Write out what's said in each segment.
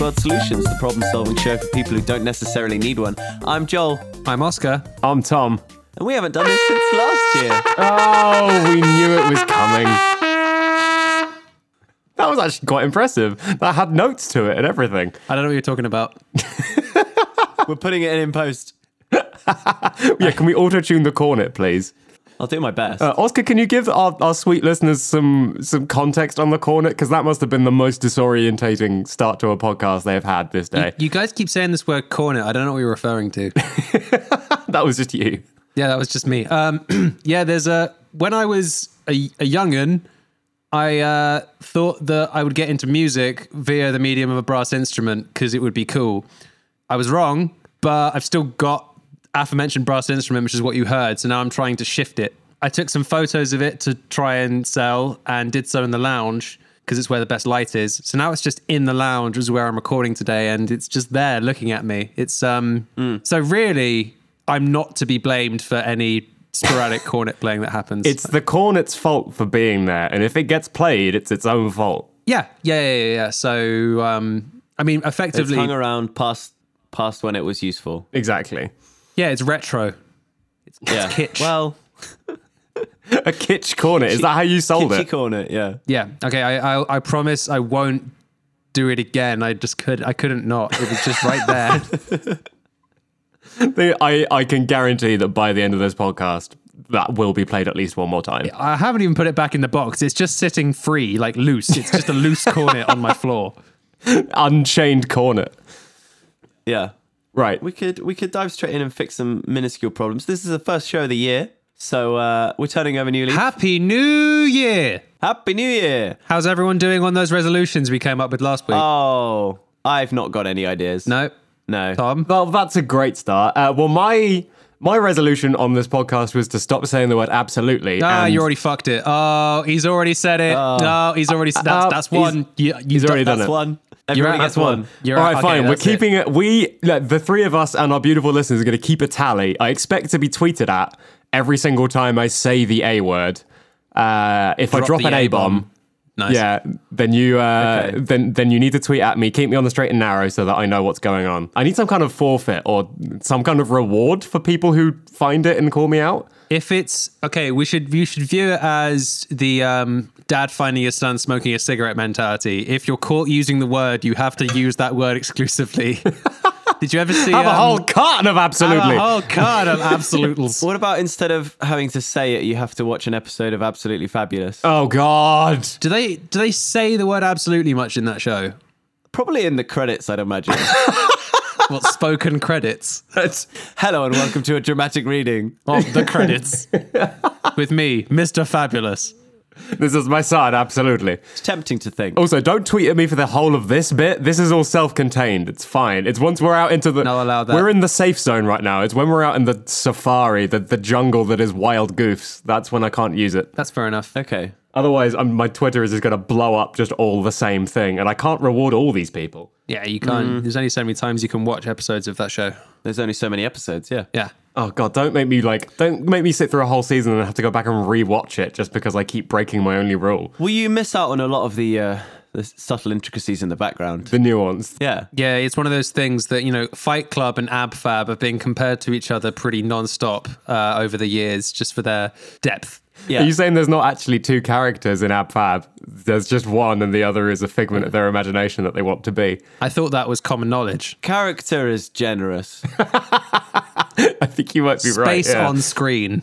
World Solutions, the problem solving show for people who don't necessarily need one. I'm Joel, I'm Oscar. I'm Tom. and we haven't done this since last year. Oh, we knew it was coming. That was actually quite impressive. That had notes to it and everything. I don't know what you're talking about. We're putting it in in post. Yeah, can we auto tune the cornet, please? I'll do my best. Oh, Uh, Oscar, can you give our, our sweet listeners some some context on the cornet? Because that must have been the most disorientating start to a podcast they've had this day. You guys keep saying this word corner. I don't know what you're referring to. that was just you. yeah, that was just me. Um, yeah, there's a. When I was a, a young'un, I uh, thought that I would get into music via the medium of a brass instrument because it would be cool. I was wrong, but I've still got aforementioned brass instrument, which is what you heard. So now I'm trying to shift it. I took some photos of it to try and sell and did so in the lounge because it's where the best light is. So now it's just in the lounge is where I'm recording today and it's just there looking at me. It's um so really I'm not to be blamed for any sporadic cornet playing that happens. It's the cornet's fault for being there, and if it gets played, it's its own fault. yeah, yeah, yeah, yeah, yeah. So um I mean it's effectively hung around past past when it was useful. Exactly. yeah, it's retro. yeah. kitsch. Well, A kitsch cornet. Is that how you sold kitschy it? corner. Yeah. Yeah. Okay. I, I I promise I won't do it again. I just could I couldn't not. It was just right there. The- I, I can guarantee that by the end of this podcast, that will be played at least one more time. I haven't even put it back in the box. It's just sitting free, like loose. It's just a loose cornet on my floor. Unchained cornet. Yeah. Right. We could we could dive straight in and fix some minuscule problems. This is the first show of the year, so uh, we're turning over new leaf. Happy New Year! Happy New Year! How's everyone doing on those resolutions we came up with last Uh, week? Oh, I've not got any ideas. no, No. Tom. Well, that's a great start. Uh, well, my my resolution on this podcast was to stop saying the word absolutely. Ah, and you already fucked it. Oh, he's already said it. No, he's already. That's, uh, that's he's- one. You, you he's already that's- done That's it. one. Everybody out, gets that's one. one. You're All right, okay, fine. We're that's it. keeping it. We look, the three of us and our beautiful listeners are going to keep a tally. I expect to be tweeted at every single time I say the a word. Uh, if I Drop drop the an a bomb, A-bomb. Nice. yeah, then you uh, Okay. then then you need to tweet at me. Keep me on the straight and narrow so that I know what's going on. I need some kind of forfeit or some kind of reward for people who find it and call me out. If it's okay, we should you should view it as the um, dad finding his son smoking a cigarette mentality. If you're caught using the word, you have to use that word exclusively. Did you ever see Have a um, whole carton of absolutely. A whole card of absolutals. What about instead of having to say it, you have to watch an episode of Absolutely Fabulous? oh God. do they do they say the word absolutely much in that show? Probably in the credits, I'd imagine. What spoken credits? That's- Hello and welcome to a dramatic reading. Oh, the credits. With me, Mr. Fabulous. This is my side, absolutely. It's tempting to think. Also, don't tweet at me for the whole of this bit. This is all self-contained. It's fine. It's once we're out into the Not allowed that. We're in the safe zone right now. It's when we're out in the safari, the, the jungle that is wild goofs. That's when I can't use it. That's fair enough. Okay. Otherwise, I'm, my Twitter is just going to blow up just all the same thing, and I can't reward all these people. Yeah, you can't. Mm. There's only so many times you can watch episodes of that show. There's only so many episodes, yeah. Yeah. Oh god, don't make me like, don't make me sit through a whole season and have to go back and rewatch it just because I keep breaking my only rule. Well, you miss out on a lot of the, uh, the subtle intricacies in the background. The nuance. Yeah. Yeah, it's one of those things that, you know, Fight Club and Ab Fab have been compared to each other pretty nonstop uh, over the years just for their depth. Yeah. Are you saying there's not actually two characters in Ab Fab? There's just one, and the other is a figment of their imagination that they want to be. I thought that was common knowledge. Character is generous. I think you might be right. Space yeah. on screen.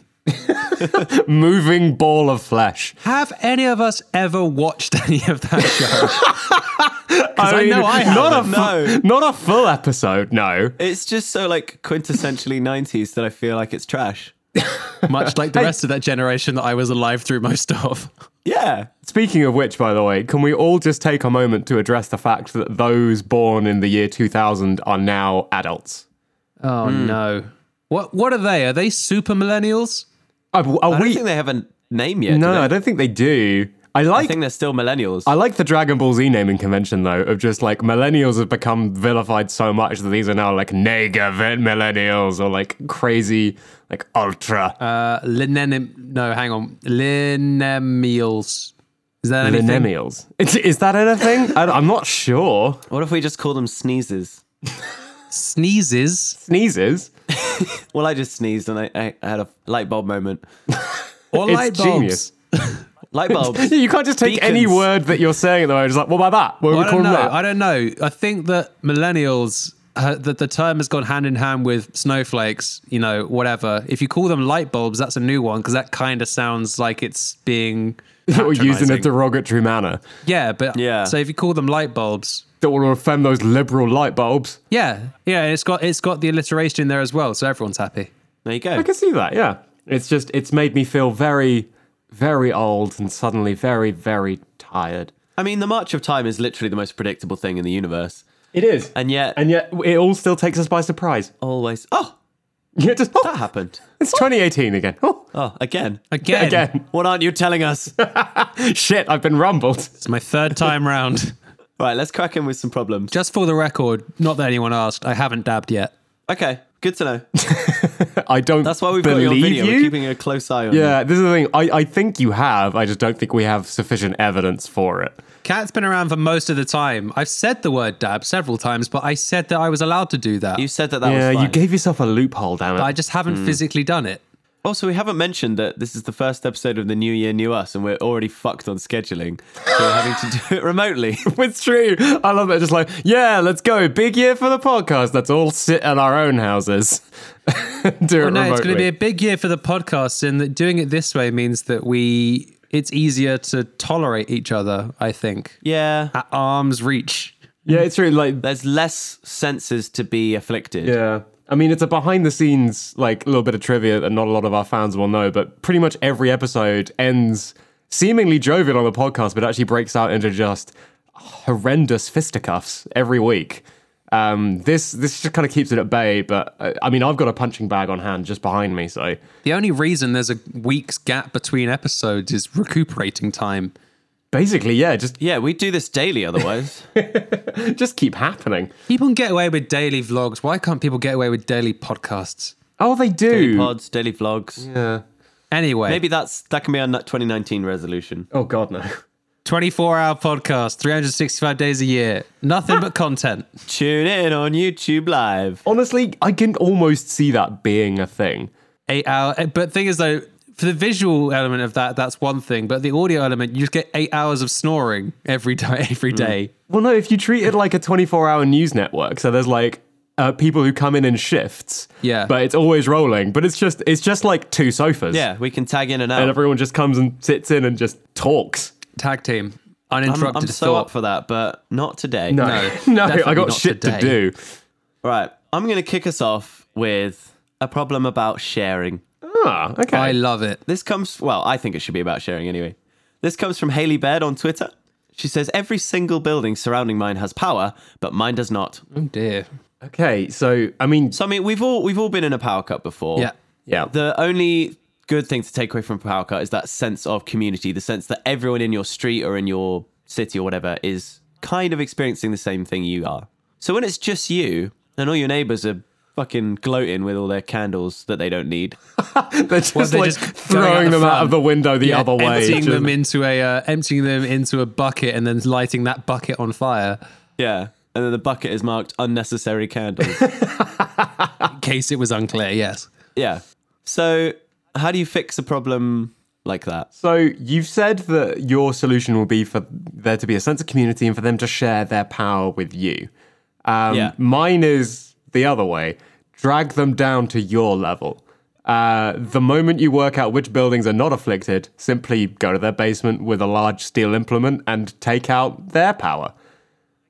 moving ball of flesh. Have any of us ever watched any of that show? I know I not a haven't, fu- not a full episode. No. It's just so like quintessentially 90s that I feel like it's trash. Much like the rest of that generation that I was alive through most of. Yeah. Speaking of which, by the way, can we all just take a moment to address the fact that those born in the year 2000 are now adults? Oh no. What what are they? Are they super millennials? Are, Uh, are I don't we? think they have a name yet. do no, they? I don't think they do. I I like think they're still millennials. I like the Dragon Ball Z naming convention though, of just like millennials have become vilified so much that these are now like nega millennials or like crazy like ultra. Uh Linenim no, hang on. Linemeals. Is that anything? Millennials. Is, is that anything? I, am not sure. What if we just call them sneezes? Sneezes Sneezes. Well, I just sneezed and I, I I had a light bulb moment. or It's light bulbs? genius. Light bulbs. You can't just take any Beacons. word that you're saying at the moment. It's like, what about that? What are Well, I we don't calling know. that? I don't know. I think that millennials uh, that the term has gone hand in hand with snowflakes. You know, whatever. If you call them light bulbs, that's a new one because that kind of sounds like it's being Or used in a patronising. derogatory manner yeah. But Yeah. So if you call them light bulbs, that will offend those liberal light bulbs. yeah, yeah, and it's got it's got the alliteration in there as well, so everyone's happy. There you go. I can see that. Yeah, it's just it's made me feel very, very old and suddenly very, very tired. I mean, the march of time is literally the most predictable thing in the universe, It is, and yet and yet it all still takes us by surprise. always. Oh, You just that oh, happened. it's 2018 again. Oh, Oh, again. Again, again. What aren't you telling us? Shit, I've been rumbled. it's my third time round. right, let's crack in with some problems. Just for the record, not that anyone asked, I haven't dabbed yet. Okay, good to know. I don't. That's why we've got believe you on video. you. We're keeping a close eye on you. yeah, this is the thing. I, I think you have. I just don't think we have sufficient evidence for it. Cat's been around for most of the time. I've said the word dab several times, but I said that I was allowed to do that. You said that that Yeah, was fine. you gave yourself a loophole, damn it. I just haven't physically done it. Also, we haven't mentioned that this is the first episode of the New Year, New Us, and we're already fucked on scheduling. So we're having to do it remotely. It's true. I love that. Just like, yeah, let's go. Big year for the podcast. Let's all sit in our own houses. Do it But no, it's remotely. going to be a big year for the podcast, and that doing it this way means that we it's easier to tolerate each other. I think yeah. at arm's reach. yeah, it's true. Like, There's less senses to be afflicted. yeah. I mean, it's a behind the scenes, like, little bit of trivia that not a lot of our fans will know, but pretty much every episode ends seemingly jovial on the podcast, but actually breaks out into just horrendous fisticuffs every week. Um, this this just kind of keeps it at bay, but uh, I mean, I've got a punching bag on hand just behind me, so The only reason there's a week's gap between episodes is recuperating time. basically, yeah, just Yeah, we do this daily otherwise. just keep happening. People can get away with daily vlogs. Why can't people get away with daily podcasts? Oh, they daily do. pods, daily vlogs. Yeah. Anyway, Maybe that's that can be our n- 2019 resolution. Oh God, no. 24 hour podcast, 365 days a year, nothing but content. Tune in on YouTube Live. Honestly, I can almost see that being a thing. Eight hour. eh, But thing is, though, for the visual element of that, that's one thing. But the audio element, you just get eight hours of snoring every day. Every day. Well, no, if you treat it like a 24-hour news network, so there's like uh, people who come in in shifts. Yeah. But it's always rolling. But it's just it's just like two sofas. Yeah, we can tag in and And out. everyone just comes and sits in and just talks. Tag team, I'm, uninterrupted I'm so thought. up for that, but not today. No, no, I definitely got not shit today. to do. Right, I'm going to kick us off with a problem about sharing. Ah, okay. I love it. This comes, well, I think it should be about sharing anyway. This comes from Haley Baird on Twitter. She says, Every single building surrounding mine has power, but mine does not. Oh dear. okay, so I mean, So, I mean, we've all, we've all been in a power cut before. Yeah. yeah. The only good thing to take away from power cut is that sense of community, the sense that everyone in your street or in your city or whatever is kind of experiencing the same thing you are. So, when it's just you and all your neighbors are fucking gloating with all their candles that they don't need, They're just they're like just going out throwing the them out front. of the window the other way. emptying Just- them into a uh, emptying them into a bucket and then lighting that bucket on fire yeah. And then the bucket is marked unnecessary candles. in case it was unclear. Yes. Yeah. So, how do you fix a problem like that? So you've said that your solution will be for there to be a sense of community and for them to share their power with you. Um, Yeah. Mine is the other way. Drag them down to your level. Uh, the moment you work out which buildings are not afflicted, simply go to their basement with a large steel implement and take out their power.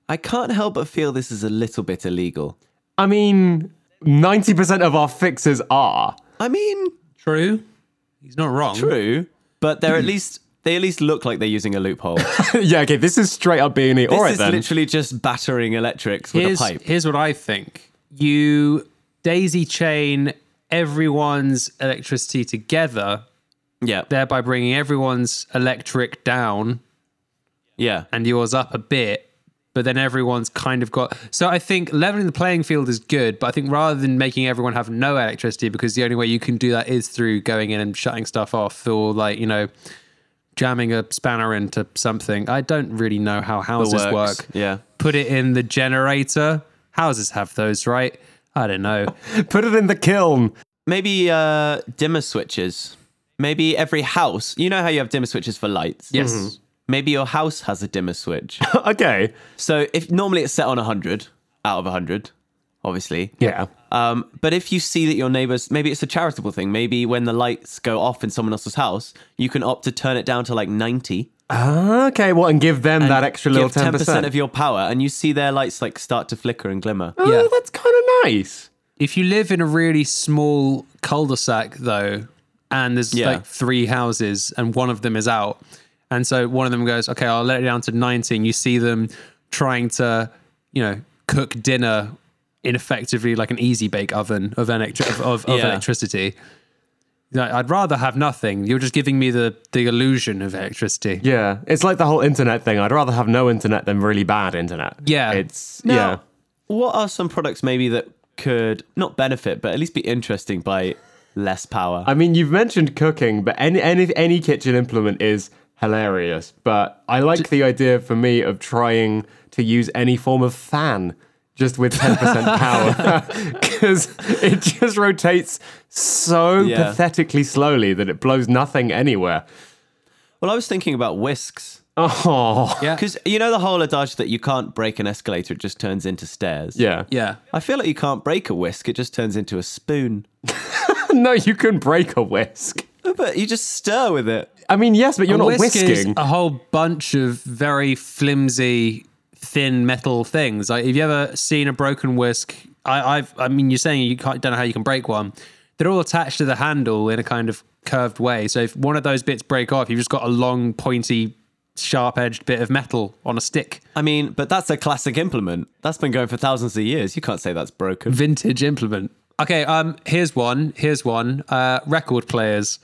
I can't help but feel this is a little bit illegal. I mean, 90% of our fixes are. I mean, True. He's not wrong. true, but they're at least they at least look like they're using a loophole. This yeah, okay, this is straight up B&E. All right is then. literally just battering electrics with here's, a pipe. Here's what I think. You daisy chain everyone's electricity together, Yeah. thereby bringing everyone's electric down Yeah. and yours up a bit. But then everyone's kind of got. So I think leveling the playing field is good, but I think rather than making everyone have no electricity, because the only way you can do that is through going in and shutting stuff off or like, you know, jamming a spanner into something. I don't really know how houses works, work. yeah. Put it in the generator. Houses have those, right? I don't know. Put it in the kiln. Maybe uh, dimmer switches. Maybe every house. You know how you have dimmer switches for lights? Mm-hmm. Yes. Maybe your house has a dimmer switch. okay. so if normally it's set on 100 out of 100, obviously. Yeah. Um, but if you see that your neighbors, maybe it's a charitable thing. Maybe when the lights go off in someone else's house, you can opt to turn it down to like 90. Okay. Well, and give them that extra little give 10%. 10%. of your power and you see their lights like start to flicker and glimmer. Oh, Yeah. that's kind of nice. If you live in a really small cul-de-sac though, and there's Yeah. like three houses and one of them is out, and so one of them goes, Okay, I'll let it down to 19. You see them trying to, you know, cook dinner in effectively like an easy bake oven of electri- of, of, of Yeah. electricity. Like, I'd rather have nothing. You're just giving me the the illusion of electricity. Yeah. It's like the whole internet thing. I'd rather have no internet than really bad internet. Yeah. It's, Now, yeah. What are some products maybe that could not benefit, but at least be interesting by less power? I mean, you've mentioned cooking, but any any any kitchen implement is hilarious. But I like the idea for me of trying to use any form of fan just with 10% power because it just rotates so Yeah. pathetically slowly that it blows nothing anywhere. well, I was thinking about whisks. Oh. Yeah. Because you know the whole adage that you can't break an escalator, it just turns into stairs. Yeah. Yeah. I feel like you can't break a whisk, it just turns into a spoon. No, you can break a whisk. But you just stir with it. I mean, yes, but you're not whisk is whisking. a whole bunch of very flimsy, thin metal things. Like, have you ever seen a broken whisk? I, I've, I mean, you're saying you can't, don't know how you can break one. They're all attached to the handle in a kind of curved way. So if one of those bits break off, you've just got a long, pointy, sharp-edged bit of metal on a stick. I mean, but that's a classic implement. That's been going for thousands of years. You can't say that's broken. Vintage implement. Okay, um, here's one. Here's one. Uh, record players.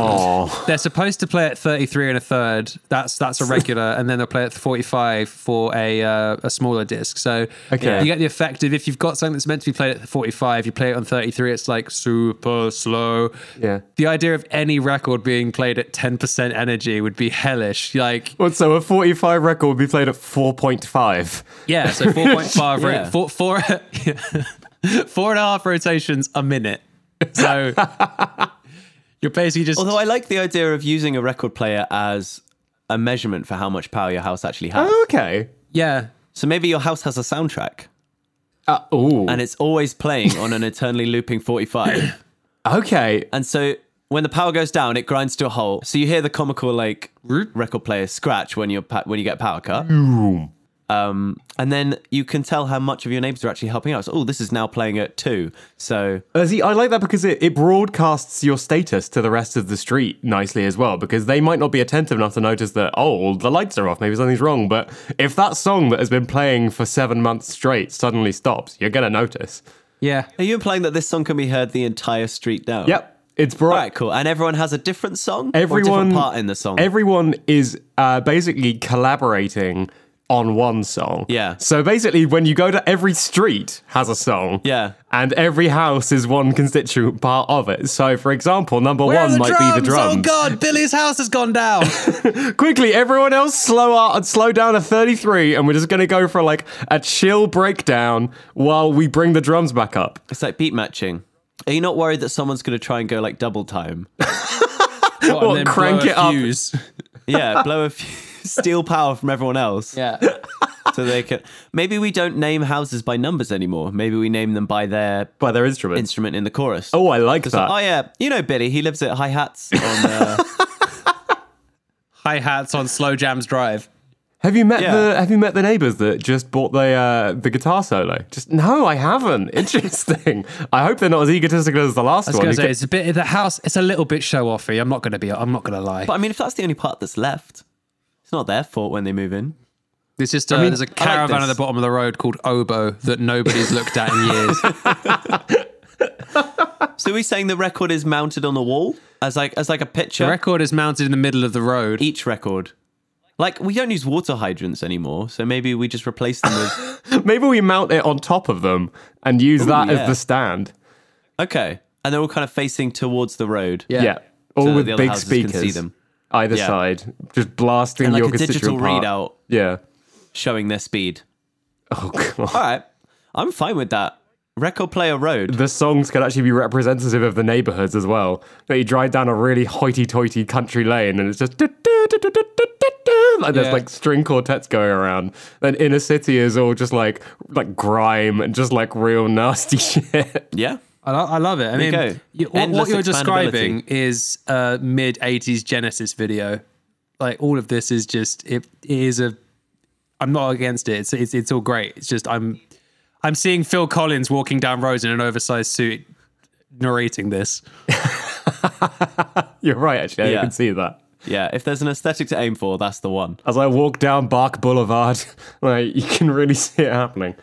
oh. They're supposed to play at 33 and a third. That's that's a regular, and then they'll play at 45 for a uh, a smaller disc. So Okay. you get the effect of if you've got something that's meant to be played at 45, you play it on 33. It's like super slow. Yeah. The idea of any record being played at 10% energy would be hellish. Like Well, so a 45 record would be played at 4.5. yeah, so 4.5 ro- Yeah. four, four, four and a half rotations a minute. So you're basically just Although I like the idea of using a record player as a measurement for how much power your house actually has. Oh, Okay. yeah. So maybe your house has a soundtrack Uh, ooh. and it's always playing on an eternally looping 45. okay. And so when the power goes down, it grinds to a halt. So you hear the comical like record player scratch when you when you get power cut. Um, and then you can tell how much of your neighbors are actually helping out. So, oh, this is now playing at two. So Uh, see, I like that because it, it broadcasts your status to the rest of the street nicely as well, because they might not be attentive enough to notice that, oh, the lights are off, maybe something's wrong. But if that song that has been playing for seven months straight suddenly stops, you're going to notice. Yeah. are you implying that this song can be heard the entire street down? Yep. It's All broad. right, cool. And everyone has a different song? or a Everyone, different part in the song. Everyone is uh, basically collaborating on one song. Yeah. So basically, when you go to every street has a song. Yeah. And every house is one constituent part of it. So, for example, number Where are one might be the drums. Oh God, Billy's house has gone down. Quickly, everyone else, slow up, slow down to 33, and we're just gonna go for like a chill breakdown while we bring the drums back up. It's like beat matching. Are you not worried that someone's going to try and go like double time? What, What, crank it up? Yeah, blow a few, steal power from everyone else Yeah. so they can. Maybe we don't name houses by numbers anymore. Maybe we name them by their By their instruments. instrument in the chorus. oh, I like that. oh yeah, you know Billy. He lives at Hi Hats on. Uh, Hi hats on Slow Jams Drive. have you met yeah. the Have you met the neighbors that just bought the uh, the guitar solo? Just no, I haven't. Interesting. I hope they're not as egotistical as the last I was one. gonna You say could- it's a bit the house. It's a little bit show offy. I'm not gonna be. I'm not gonna lie. but I mean, if that's the only part that's left, it's not their fault when they move in. There's just uh, there's a caravan at the this. bottom of the road called Oboe that nobody's looked at in years. So are we saying the record is mounted on the wall as like as like a picture. the record is mounted in the middle of the road. each record. Like we don't use water hydrants anymore, so maybe we just replace them with. Maybe we mount it on top of them and use that yeah. as the stand. okay, and they're all kind of facing towards the road. Yeah, all that with the other big houses can see speakers. them. either Yeah. side, just blasting And like your a digital constituent part. readout Yeah. showing their speed. Oh god. All right, I'm fine with that. Record player road. The songs could actually be representative of the neighborhoods as well. That you drive down a really hoity-toity country lane, and it's just du- du- du- du- du- du- du- du, like Yeah. there's like string quartets going around. Then inner city is all just like like grime and just like real nasty shit. Yeah. I, lo- I love it. I you mean, go. you, what, what Endless you're expandability. describing is a mid '80s Genesis video. Like all of this is just it, it is a. I'm not against it. It's, it's it's all great. It's just I'm I'm seeing Phil Collins walking down roads in an oversized suit, narrating this. You're right, actually. Yeah. I can see that. Yeah, if there's an aesthetic to aim for, that's the one. As I walk down Bark Boulevard, like you can really see it happening.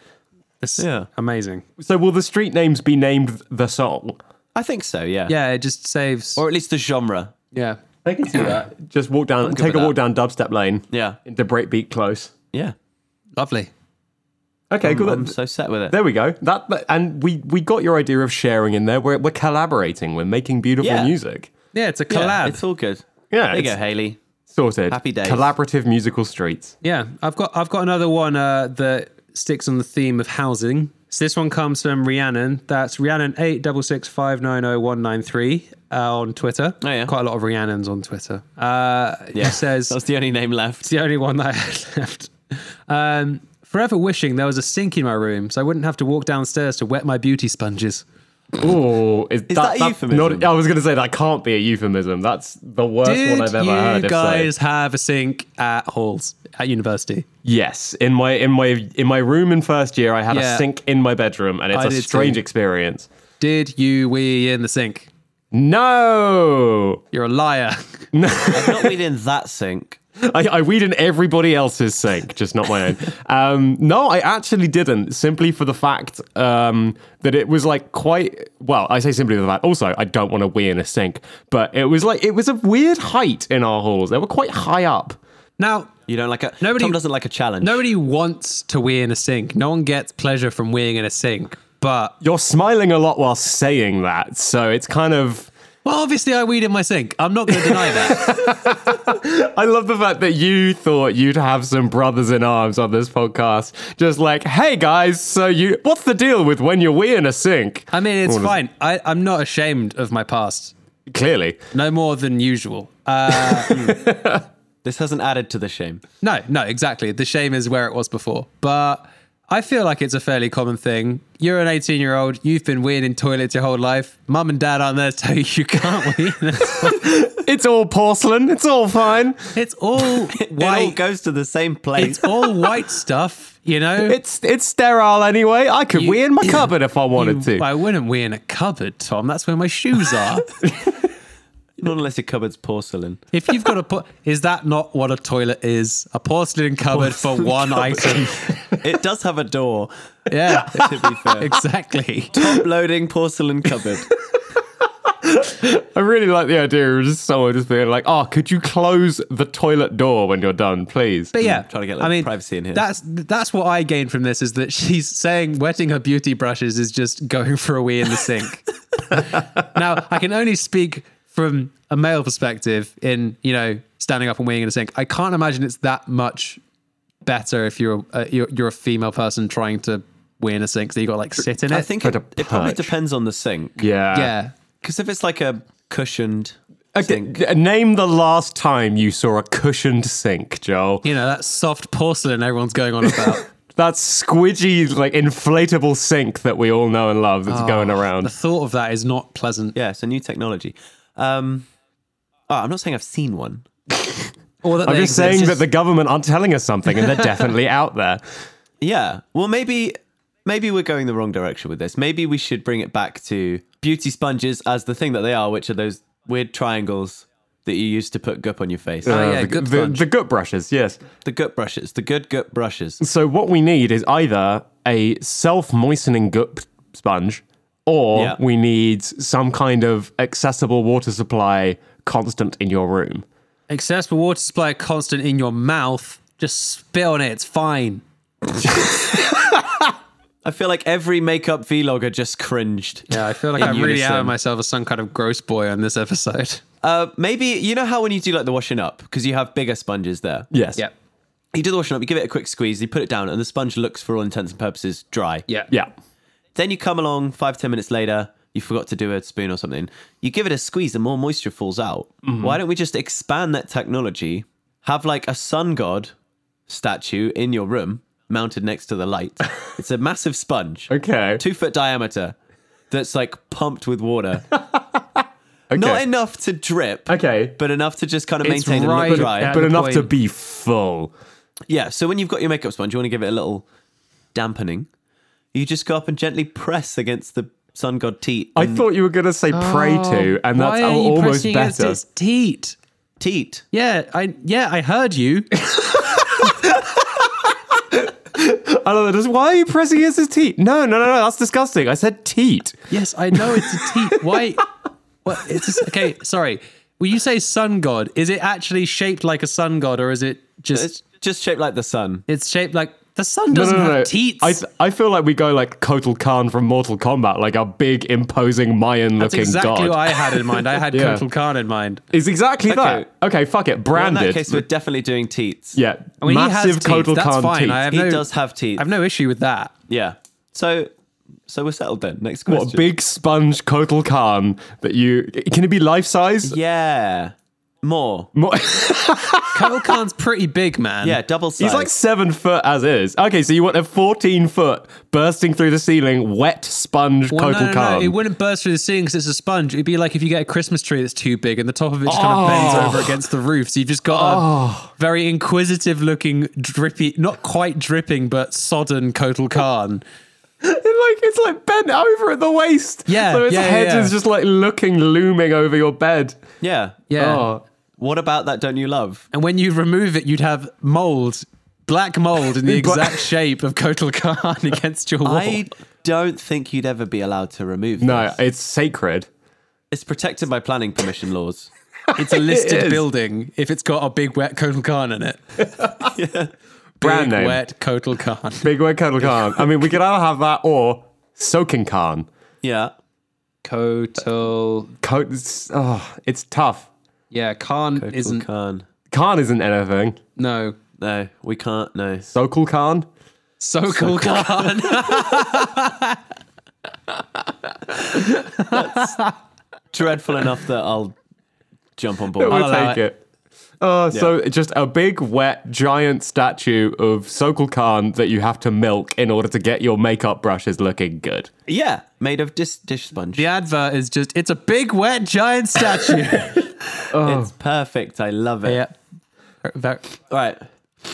It's Yeah. amazing. So will the street names be named the song? I think so, yeah. Yeah, it just saves. Or at least the genre. yeah, I can see that. Just walk down, good take a with walk down Dubstep Lane Yeah. into Breakbeat Close. Um, Yeah. lovely. Okay, cool. I'm That- so set with it. there we go. That that- and we we got your idea of sharing in there. We're we're collaborating. We're making beautiful Yeah. music. Yeah, it's a collab. Yeah, it's all good. Yeah, There you it's- go, Haley. Sorted. Happy days. Collaborative musical streets. Yeah, I've got I've got another one uh, that sticks on the theme of housing. So this one comes from Rhiannon. That's Rhiannon eight double six five nine zero one nine three uh, on Twitter. Oh, yeah. quite a lot of Rhiannons on Twitter. Uh, Yeah. She says That's the only name left. it's the only one that I had left. Um, forever wishing there was a sink in my room, so I wouldn't have to walk downstairs to wet my beauty sponges. Oh, is, that, that a that's euphemism? Not, I was going to say that can't be a euphemism. That's the worst one I've Did ever you heard. if so. guys have a sink at halls at university? Yes, in my in my in my room in first year, I had Yeah. a sink in my bedroom, and it's I a did strange too. experience. Did you wee in the sink? No, You're a liar. I've not been in that sink. I, I weed in everybody else's sink, just not my own. Um, no, I actually didn't, simply for the fact um, that it was like quite well. I say simply for the fact. Also, I don't want to wee in a sink, but it was like it was a weird height in our halls. They were quite high up. Now You don't like a Nobody- Tom doesn't like a challenge. Nobody wants to wee in a sink. No one gets pleasure from weeing in a sink. But You're smiling a lot while saying that, so it's kind of. well, obviously I weed in my sink. I'm not going to deny that. I love the fact that you thought you'd have some brothers in arms on this podcast. Just like, hey guys, so you, what's the deal with when you're we in a sink? I mean, it's Well, fine. I, I'm not ashamed of my past. Clearly, No more than usual. Uh, This hasn't added to the shame. no, no, exactly. The shame is where it was before. But I feel like it's a fairly common thing. You're an 18 year old. You've been weeing in toilets your whole life. Mum and dad aren't there to tell you you can't wee. in a sink. it's all porcelain. It's all fine. it's all It all white. goes to the same place. It's all white stuff. You know. It's it's sterile anyway. I could You- wee in my cupboard if I wanted You- to. I wouldn't wear in a cupboard, Tom. That's where my shoes are. Not unless your cupboard's porcelain. if you've got a, por- is that not what a toilet is? A porcelain cupboard for one item. It does have a door, Yeah, to be fair. exactly. Uploading porcelain cupboard. I really like the idea of just someone just being like, "Oh, could you close the toilet door when you're done, please?" But yeah, Hmm, trying to get, like, privacy in here. That's that's what I gained from this is that she's saying wetting her beauty brushes is just going for a wee in the sink. now I can only speak from a male perspective in you know standing up and weeing in a sink. I can't imagine it's that much better if you're a, you're, you're a female person trying to wee in a sink. So you got to, like sit in it. I think Try it, to it probably perch. depends on the sink. yeah, yeah. Because if it's like a cushioned Okay, sink, d- name the last time you saw a cushioned sink, Joel. You know that soft porcelain everyone's going on about. That squidgy, like inflatable sink that we all know and love that's going Oh, the around. thought of that is not pleasant. yeah, it's a new technology. Um, oh, I'm not saying I've seen one. Or that I'm they exist. just saying that the government aren't telling us something, and they're definitely out there. Yeah. Well, maybe maybe we're going the wrong direction with this. Maybe we should bring it back to beauty sponges as the thing that they are, which are those weird triangles that you use to put gup on your face. Oh, yeah, Uh, the, good the, sponge. the gut brushes, yes. The gut brushes, the good gut brushes. So what we need is either a self-moistening gut sponge, or Yeah. we need some kind of accessible water supply constant in your room. Accessible water supply constant in your mouth. Just spit on it. It's fine. I feel like every makeup vlogger just cringed. Yeah, I feel like In I'm really unison. outing myself as some kind of gross boy on this episode. Uh, maybe you know how when you do like the washing up because you have bigger sponges there. Yes. Yep. You do the washing up, you give it a quick squeeze, you put it down, and the sponge looks, for all intents and purposes, dry. Yeah. Yeah. Then you come along five ten minutes later. You forgot to do a spoon or something. You give it a squeeze, and more moisture falls out. Mm-hmm. Why don't we just expand that technology? Have like a sun god statue in your room, mounted next to the light. it's a massive sponge, Okay. two foot diameter, that's like pumped with water. okay. Not enough to drip, Okay. but enough to just kind of It's maintain and right look dry. at- but the enough to point. be full. Yeah, so when you've got your makeup sponge, you want to give it a little dampening. You just go up and gently press against the sun god teat. I and- thought you were going to say pray to, and Oh, Why that's are al- you almost pressing against better. Its teat. teat. Yeah, I yeah, I heard you. I love it. Just, Why are you pressing against his teat? No, no, no, no. That's disgusting. I said teat. yes, I know it's a teat. Why? What? It's just, okay. Sorry. When you say sun god, is it actually shaped like a sun god, or is it just It's it's, just shaped like the sun. shaped like the sun No, doesn't no, no, no. have teats? I, I feel like we go like Kotal Khan from Mortal Kombat, like a big, imposing Mayan That's looking exactly god. what I had in mind. I had Yeah. Kotal Khan in mind. It's exactly Okay. that. Okay, fuck it. Well, in Branded. that case, we're definitely doing teats. yeah. I mean, he has Massive teeth. Kotal That's Khan fine. teat. I have he no, does have teeth. I have no issue with that. Yeah. So, so we're settled then. Next question. What big sponge Kotal Khan that you can it be life size? Yeah. More. Mo- Kotal Khan's pretty big, man. Yeah, double size. He's like seven foot as is. Okay, so you want a fourteen foot bursting through the ceiling, wet sponge Well, no, Kotal no, no, Khan. it wouldn't burst through the ceiling because it's a sponge. It'd be like if you get a Christmas tree that's too big and the top of it just kind of bends Oh. over against the roof. So you've just got a very inquisitive looking, drippy, not quite dripping, but sodden Kotal Khan. It, like it's like bent over at the waist. Yeah, So his yeah, yeah, head yeah. is just like looking looming over your bed. yeah. Yeah. Oh. What about that? Don't you love? And when you remove it, you'd have mold, black mold in the But- exact shape of Kotal Khan against your wall. I don't think you'd ever be allowed to remove. No, this. it's sacred. it's protected by planning permission laws. It's a listed is. building if it's got a big wet Kotal Khan in it. Brand big name. wet Kotal Khan. Big wet Kotal Khan. I mean, we could either have that or soaking Khan. Yeah. Kotal. Ko- it's, oh, it's tough. Yeah, Khan isn't. Khan. Khan isn't anything. No. No, we can't. No. Sokal Khan. So cool, Khan. Dreadful enough that I'll jump on board. We'll allow take it. Uh, So just a big, wet, giant statue of Sokal Khan that you have to milk in order to get your makeup brushes looking good. yeah, made of dis- dish sponge. The advert is just, it's a big, wet, giant statue. It's perfect. I love it. yeah. Ver- All right.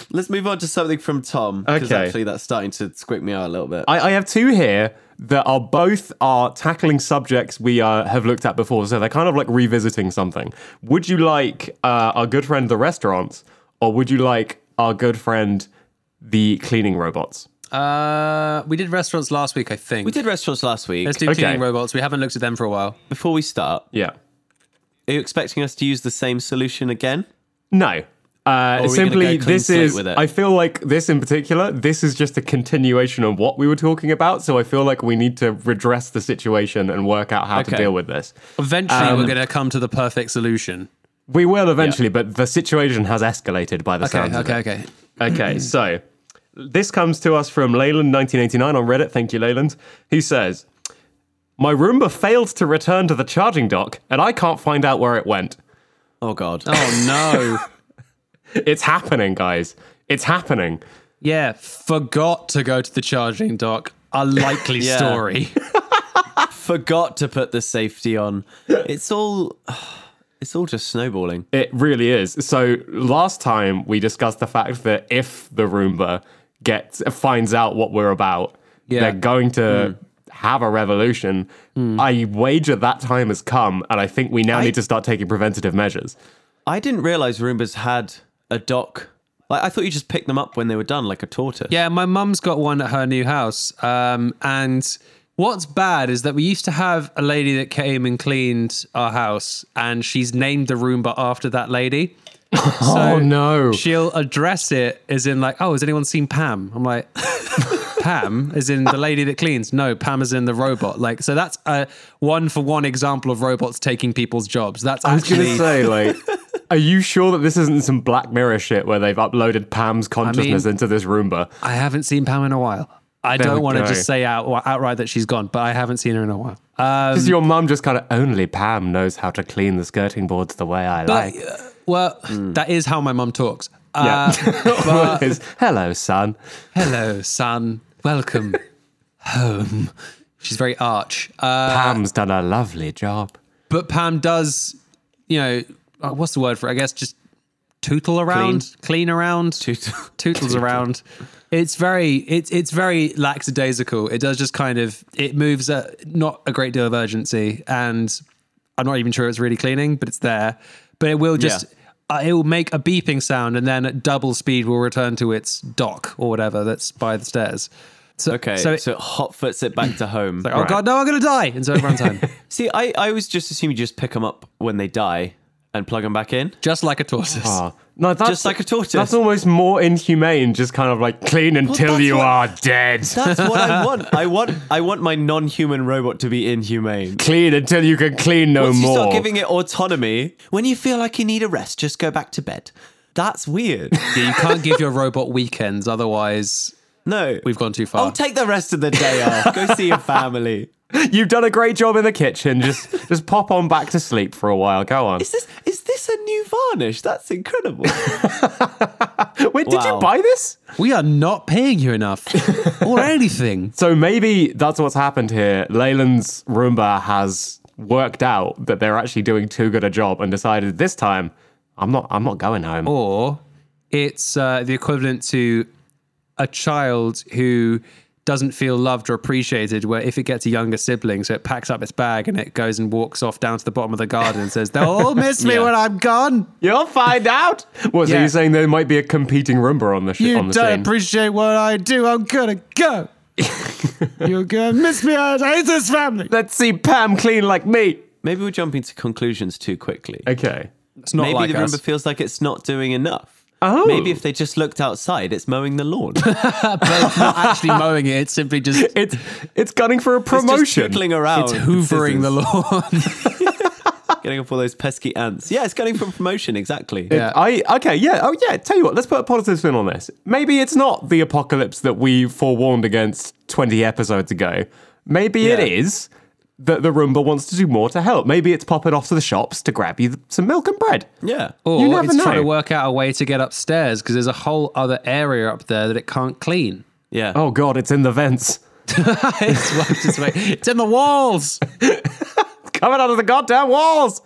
Let's move on to something from Tom. Because Okay. actually, that's starting to squeak me out a little bit. I, I have two here that are both are tackling subjects we uh, have looked at before, so they're kind of like revisiting something. Would you like uh, our good friend the restaurants, or would you like our good friend the cleaning robots? Uh, we did restaurants last week, I think. we did restaurants last week. Let's do Okay. cleaning robots. We haven't looked at them for a while. Before we start, Yeah. are you expecting us to use the same solution again? No. Uh, we simply, gonna go clean this slate is. with it? I feel like this in particular, this is just a continuation of what we were talking about. So I feel like we need to redress the situation and work out how to Okay. deal with this. Eventually, we're going to come to the perfect solution. We will eventually, but the situation has escalated by the Okay, sounds of it. okay, okay. Okay, so this comes to us from Leyland1989 on Reddit. Thank you, Leyland. He says, My Roomba failed to return to the charging dock, and I can't find out where it went. Oh, God. Oh, no. It's happening, guys. It's happening. yeah, forgot to go to the charging dock. A likely Yeah. story. Forgot to put the safety on. It's all. It's all just snowballing. It really is. So last time we discussed the fact that if the Roomba gets finds out what we're about, Yeah. they're going to have a revolution. I wager that time has come, and Hmm. I think we now need to start taking preventative measures. I didn't realize Roombas had a dock. Like, I thought you just picked them up when they were done, like a tortoise. Yeah, my mum's got one at her new house. Um, and what's bad is that we used to have a lady that came and cleaned our house, and she's named the Roomba after that lady. So oh no! She'll address it as in like, "Oh, has anyone seen Pam?" I'm like, Pam, as in the lady that cleans. No, Pam is in the robot. Like, so that's a one for one example of robots taking people's jobs. That's I was gonna actually. say, like, are you sure that this isn't some Black Mirror shit where they've uploaded Pam's consciousness into this Roomba? I haven't seen Pam in a while. I There we don't want to go. just say out, outright that she's gone, but I haven't seen her in a while. Um, Because your mum just kind of only Pam knows how to clean the skirting boards the way I but, like. uh, well, that is how my mum talks. Uh, Is, Hello, son. Hello, son. Welcome home. She's very arch. Uh, Pam's done a lovely job. but Pam does, you know, uh, what's the word for? It? I guess just tootle around, clean, around, Tootle. tootles around. It's very, it's it's very lackadaisical. It does just kind of, it moves at not a great deal of urgency, and I'm not even sure it's really cleaning, but it's there. But it will just. Yeah. Uh, it will make a beeping sound and then at double speed will return to its dock or whatever that's by the stairs. So, Okay, so So, it, hot foots it back to home. like, oh God, no, I'm going to die. And so it runs home. See, I, I always just assume you just pick them up when they die and plug them back in. Just like a tortoise. Ah, no, that's Just like a tortoise. That's almost more inhumane. Just kind of like clean until that's you what- are dead. That's what I want. I want I want my non-human robot to be inhumane. Clean until you can clean no Once you more. start giving it autonomy, when you feel like you need a rest, just go back to bed. That's weird. Yeah, you can't give your robot weekends, otherwise No, we've gone too far. Oh, take the rest of the day off. Go see your family. You've done a great job in the kitchen. Just just pop on back to sleep for a while. Go on. Is this is this a new varnish? That's incredible. Wait, did you Wow. buy this? we are not paying you enough or anything. So maybe that's what's happened here. Leyland's Roomba has worked out that they're actually doing too good a job and decided this time I'm not I'm not going home. Or it's uh, the equivalent to a child who doesn't feel loved or appreciated, where if it gets a younger sibling, so it packs up its bag and it goes and walks off down to the bottom of the garden and says, They'll all miss me Yeah. when I'm gone. You'll find out. What? So Yeah. you're saying there might be a competing Roomba on the sh- You on the don't scene? appreciate what I do. I'm going to go. You're going to miss me. I hate this family. Let's see Pam clean like me. Maybe we're jumping to conclusions too quickly. Okay. It's not Maybe like the us. Roomba feels like it's not doing enough. Oh. Maybe if they just looked outside, it's mowing the lawn. It's But it's not actually mowing it. It's simply just It's it's gunning for a just promotion. fiddling around. It's with hoovering the scissors, lawn. Getting up all those pesky ants. Yeah, it's getting from promotion, exactly. Yeah. I okay, yeah. Oh yeah, tell you what, let's put a positive spin on this. Maybe it's not the apocalypse that we forewarned against 20 episodes ago. Maybe it Yeah. is that the Roomba wants to do more to help. Maybe it's popping off to the shops to grab you th- some milk and bread. Yeah. Or You never it's trying know. to work out a way to get upstairs because there's a whole other area up there that it can't clean. Yeah. Oh god, it's in the vents. it's, worked its way- it's in the walls. Coming out of the goddamn walls.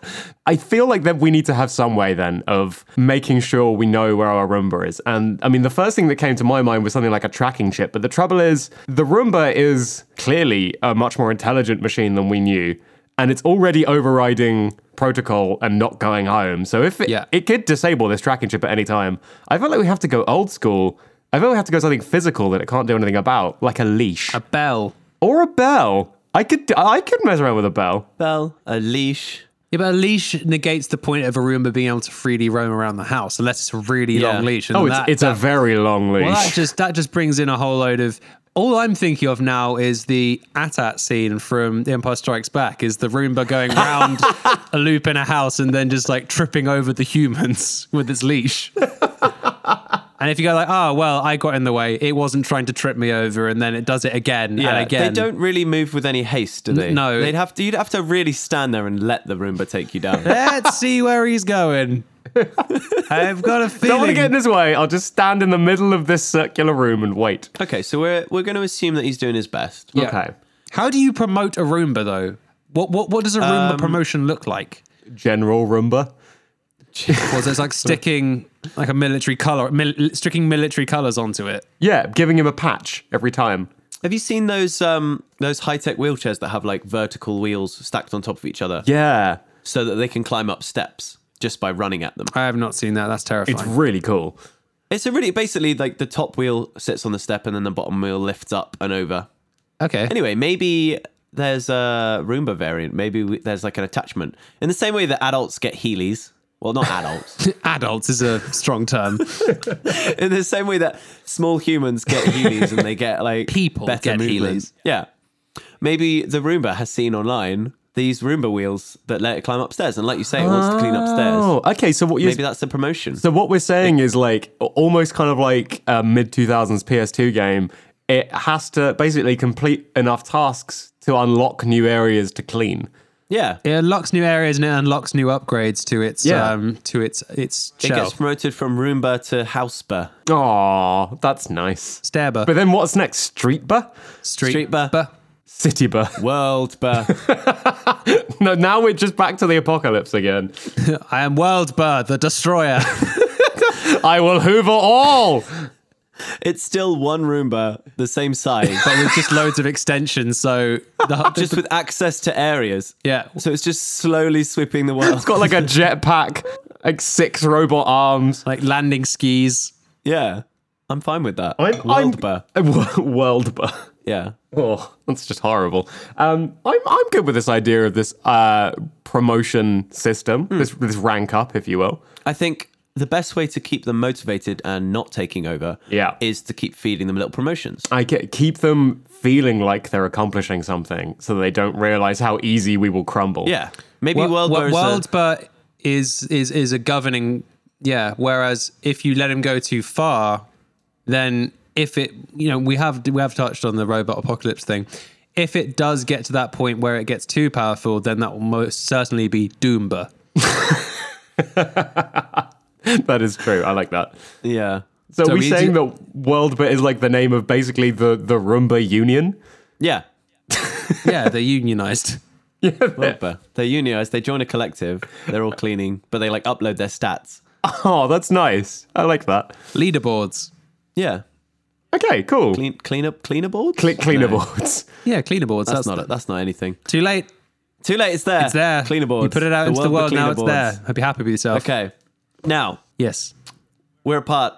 I feel like that we need to have some way then of making sure we know where our Roomba is. And I mean, the first thing that came to my mind was something like a tracking chip. But the trouble is, the Roomba is clearly a much more intelligent machine than we knew. And it's already overriding protocol and not going home. So if it, Yeah. it could disable this tracking chip at any time, I feel like we have to go old school. I feel we have to go something physical that it can't do anything about, like a leash A bell. or a bell. I could I could mess around with a bell. Bell, a leash. Yeah, but a leash negates the point of a Roomba being able to freely roam around the house unless it's a really Yeah. long leash. And Oh, then it's, that- it's a very long leash. Well, that just that just brings in a whole load of. All I'm thinking of now is the AT-AT scene from The Empire Strikes Back. Is the Roomba going round a loop in a house and then just like tripping over the humans with its leash? and if you go like, oh well, I got in the way. It wasn't trying to trip me over, and then it does it again and again. Uh, They don't really move with any haste, do they? no. They'd have to you'd have to really stand there and let the Roomba take you down. Let's see where he's going. I've got a don't want to feeling. get in his way. I'll just stand in the middle of this circular room and wait. okay, so we're we're gonna assume that he's doing his best. Yeah. Okay. How do you promote a Roomba though? What what what does a Um, Roomba promotion look like? General Roomba. Well, so it's like sticking like a military color, mil- sticking military colors onto it. Yeah, giving him a patch every time. Have you seen those um those high tech wheelchairs that have like vertical wheels stacked on top of each other Yeah. so that they can climb up steps just by running at them? I have not seen that. That's terrifying. It's really cool. It's a really basically like the top wheel sits on the step and then the bottom wheel lifts up and over. okay. Anyway, maybe there's a Roomba variant. Maybe we, there's like an attachment in the same way that adults get Heelys. Well, not adults. Adults is a strong term. In the same way that small humans get Heelys and they get like People better get movement. Heelys. Yeah. Maybe the Roomba has seen online these Roomba wheels that let it climb upstairs. And like you say, it wants to clean upstairs. Oh, okay. So what you're Maybe that's the promotion. so what we're saying is like a- almost kind of like a mid two thousands PS2 game. It has to basically complete enough tasks to unlock new areas to clean. yeah. It unlocks new areas and it unlocks new upgrades to its Yeah. um to its its It shell. gets promoted from Roomba to Housepa. Aw, that's nice. Stabber. But then what's next? Streetba? Street, Street bar. bar. Cityba? Worldba. no, now we're just back to the apocalypse again. I am World Bird, the destroyer. I will hoover all. it's still one Roomba, the same size, but with just loads of extensions, so the, just with access to areas. yeah. So it's just slowly sweeping the world. It's got like a jetpack, like six robot arms. Like landing skis. yeah. I'm fine with that. I'm, I'm Worldba. Worldba. Yeah. Oh, that's just horrible. Um, I'm I'm good with this idea of this uh, promotion system, this this rank up, if you will. I think the best way to keep them motivated and not taking over Yeah. is to keep feeding them little promotions. I ke- keep them feeling like they're accomplishing something, so they don't realize how easy we will crumble. Yeah. Maybe Wo- World wo- War is a- World Bird is is is a governing. Yeah. Whereas if you let him go too far, then if it you know we have we have touched on the robot apocalypse thing. If it does get to that point where it gets too powerful, then that will most certainly be Doomba. that is true. I like that. Yeah. So, So are we we saying do- that Worldbit is like the name of basically the the Roomba Union? Yeah. Yeah, they're unionized. Worldba. They're unionized, they join a collective, they're all cleaning, but they like upload their stats. Oh, that's nice. I like that. Leaderboards. Yeah. Okay, cool. Clean- Clean clean up cleaner boards? cleaner No, boards. Yeah, cleaner boards. That's, That's, not it. That's not anything. too late. Too late, it's there. It's there. Cleaner boards. You put it out into the Worldba world. cleaner Now it's boards. there. I'd be happy with yourself. Okay. Now, Yes. we're apart.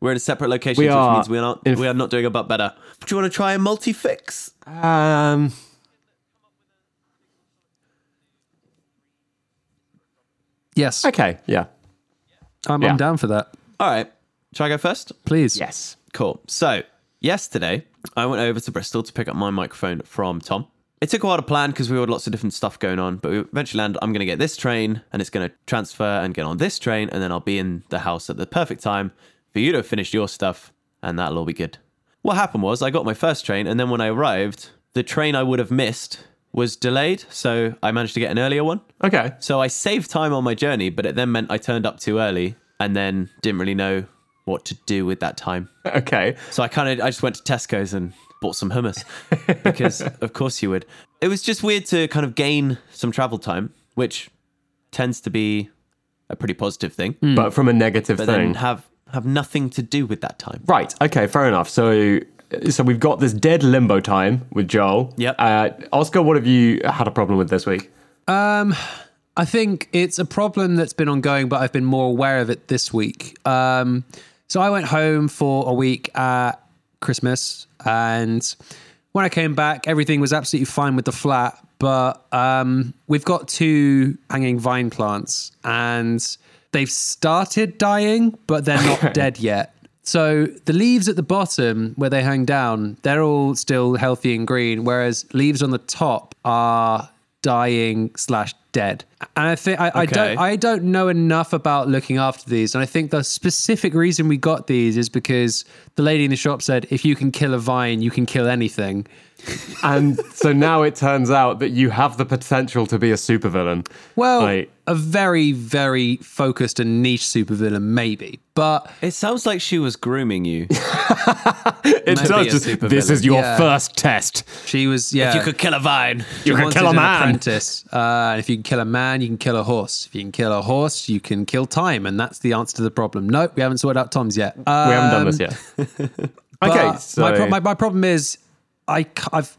We're in a separate location, We which are means we're not in- we are not doing a butt better. Do you want to try a multi fix? Um. Yes. Okay. Yeah. I'm, Yeah. I'm down for that. All right. Shall I go first? Please. Yes. Cool. So, yesterday, I went over to Bristol to pick up my microphone from Tom. It took a while to plan because we had lots of different stuff going on, but we eventually landed. I'm going to get this train and it's going to transfer and get on this train, and then I'll be in the house at the perfect time for you to finish your stuff, and that'll all be good. What happened was I got my first train, and then when I arrived, the train I would have missed was delayed, so I managed to get an earlier one. Okay. So I saved time on my journey, but it then meant I turned up too early and then didn't really know what to do with that time. Okay. So I kind of I just went to Tesco's and bought some hummus because of course you would. It was just weird to kind of gain some travel time, which tends to be a pretty positive thing, But from a negative but thing. then have have nothing to do with that time. right. Okay. Fair enough. So, so we've got this dead limbo time with Joel. Yep. Uh, Oscar, what have you had a problem with this week? Um, I think it's a problem that's been ongoing, but I've been more aware of it this week. Um, so I went home for a week at Christmas, and when I came back, everything was absolutely fine with the flat. But um, we've got two hanging vine plants, and they've started dying, but they're not dead yet. So the leaves at the bottom where they hang down, they're all still healthy and green, whereas leaves on the top are dying slash dead. And I think I, I Okay. don't I don't know enough about looking after these. And I think the specific reason we got these is because the lady in the shop said, if you can kill a vine, you can kill anything. And so now it turns out that you have the potential to be a supervillain. Well, Like- a very, very focused and niche supervillain, maybe. But It sounds like she was grooming you. if It Maybe does a just. supervillain. This is your Yeah. first test. she was yeah. you could kill a vine. You She can wants kill a it an man. Apprentice. Uh, and if you can kill a man, you can kill a horse. If you can kill a horse, you can kill time, and that's the answer to the problem. Nope, we haven't sorted out Tom's yet. Uh, We haven't done this yet. okay. But So my, pro- my, my problem is I, have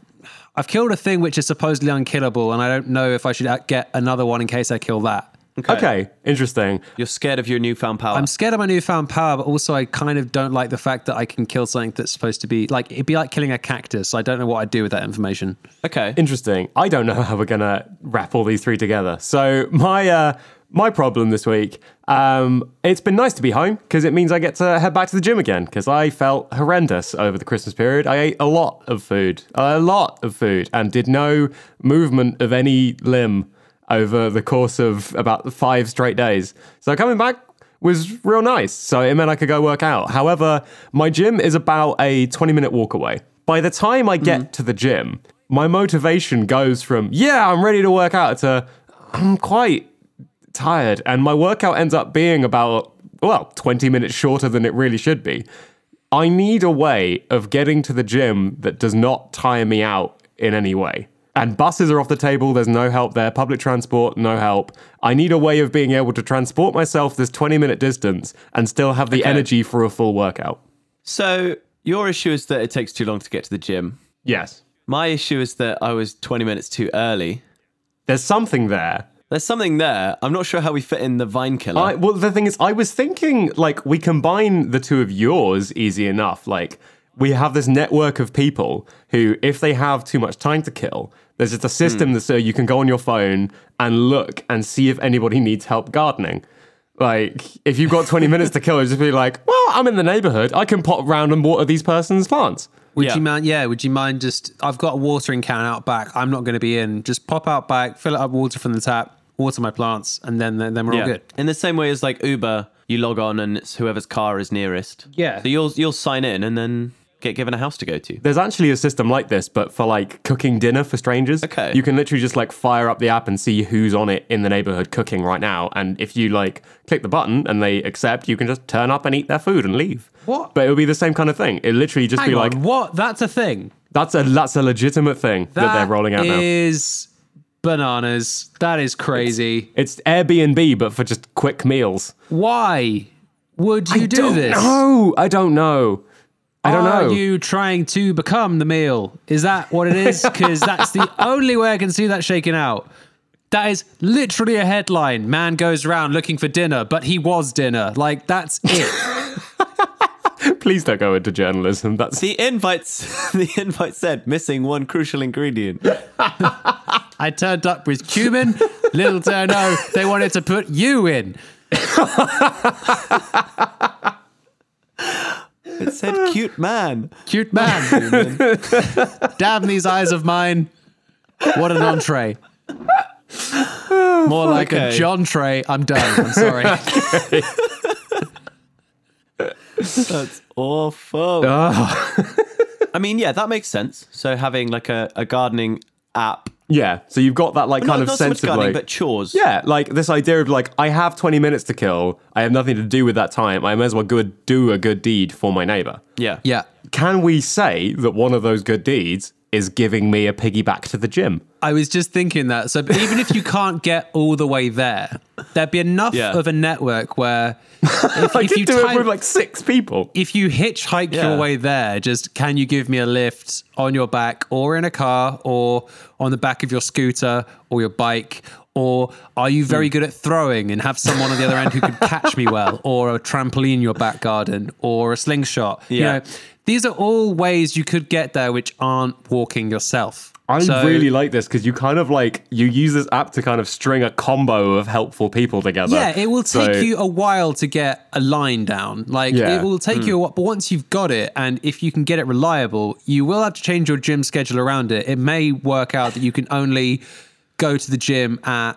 I've killed a thing which is supposedly unkillable, and I don't know if I should out- get another one in case I kill that. okay. Interesting. You're scared of your newfound power. I'm scared of my newfound power, but also I kind of don't like the fact that I can kill something that's supposed to be like it'd be like killing a cactus. I don't know what I'd do with that information. okay. Interesting. I don't know how we're gonna wrap all these three together. So my uh, my problem this week. Um, it's been nice to be home because it means I get to head back to the gym again because I felt horrendous over the Christmas period. I ate a lot of food, a lot of food, and did no movement of any limb over the course of about five straight days. So coming back was real nice. So it meant I could go work out. However, my gym is about a 20 minute walk away. By the time I get to the gym, my motivation goes from, yeah, I'm ready to work out to, I'm quite tired. And my workout ends up being about, well, 20 minutes shorter than it really should be. I need a way of getting to the gym that does not tire me out in any way. And buses are off the table, there's no help there. Public transport, no help. I need a way of being able to transport myself this 20 minute distance and still have the energy for a full workout. So your issue is that it takes too long to get to the gym. Yes. My issue is that I was 20 minutes too early. There's something there. There's something there. I'm not sure how we fit in the vine killer. I, well, the thing is, I was thinking like we combine the two of yours easy enough. Like we have this network of people who, if they have too much time to kill, there's just a system that so you can go on your phone and look and see if anybody needs help gardening. Like if you've got 20 minutes to kill, just be like, well, I'm in the neighborhood. I can pot round and water these person's plants. Would Yeah. you mind? Yeah, would you mind just? I've got a watering can out back. I'm not going to be in. Just pop out back, fill it up, water from the tap, water my plants, and then then, then we're all good. In the same way as like Uber, you log on and it's whoever's car is nearest. Yeah. So you'll you'll sign in and then get given a house to go to. There's actually a system like this, but for like cooking dinner for strangers. Okay. You can literally just like fire up the app and see who's on it in the neighborhood cooking right now. And if you like click the button and they accept, you can just turn up and eat their food and leave. What? But it would be the same kind of thing. It literally just Hang be on, like what? That's a thing that's a that's a legitimate thing that, they're rolling out now. Is bananas? That is crazy. It's Airbnb, but for just quick meals. Why would you do don't this? know. I don't know. I don't Are know. you trying to become the meal? Is that what it is? Because that's the only way I can see that shaking out. That is literally a headline. Man goes around looking for dinner, but he was dinner. Like that's it. Please don't go into journalism. That's The invites the invite said missing one crucial ingredient. I turned up with cumin. Little do I know they wanted to put you in. It said cute man. Cute man. Damn these eyes of mine. What an entree. More like a Okay. John tray. I'm done. I'm sorry. That's awful. Ah. I mean, yeah, that makes sense. So having like a, a gardening app. yeah. So you've got that like not, kind of not so sense much of gardening, like but chores. Yeah, like this idea of like I have 20 minutes to kill. I have nothing to do with that time. I may as well good do a good deed for my neighbor. Yeah. Yeah. Can we say that one of those good deeds is giving me a piggyback to the gym? I was just thinking that. So but even if you can't get all the way there, there'd be enough Yeah. of a network where if, I if did you do type- it with like six people. if you hitchhike Yeah. your way there, just can you give me a lift on your back or in a car or on the back of your scooter or your bike? Or are you Hmm. very good at throwing and have someone on the other end who could catch me well or a trampoline in your back garden or a slingshot? Yeah. You know, these are all ways you could get there which aren't walking yourself. I So- really like this because you kind of like you use this app to kind of string a combo of helpful people together. Yeah, it will So- take you a while to get a line down. Like Yeah. Hmm. it will take you a while, but once you've got it, and if you can get it reliable, you will have to change your gym schedule around it. It may work out that you can only go to the gym at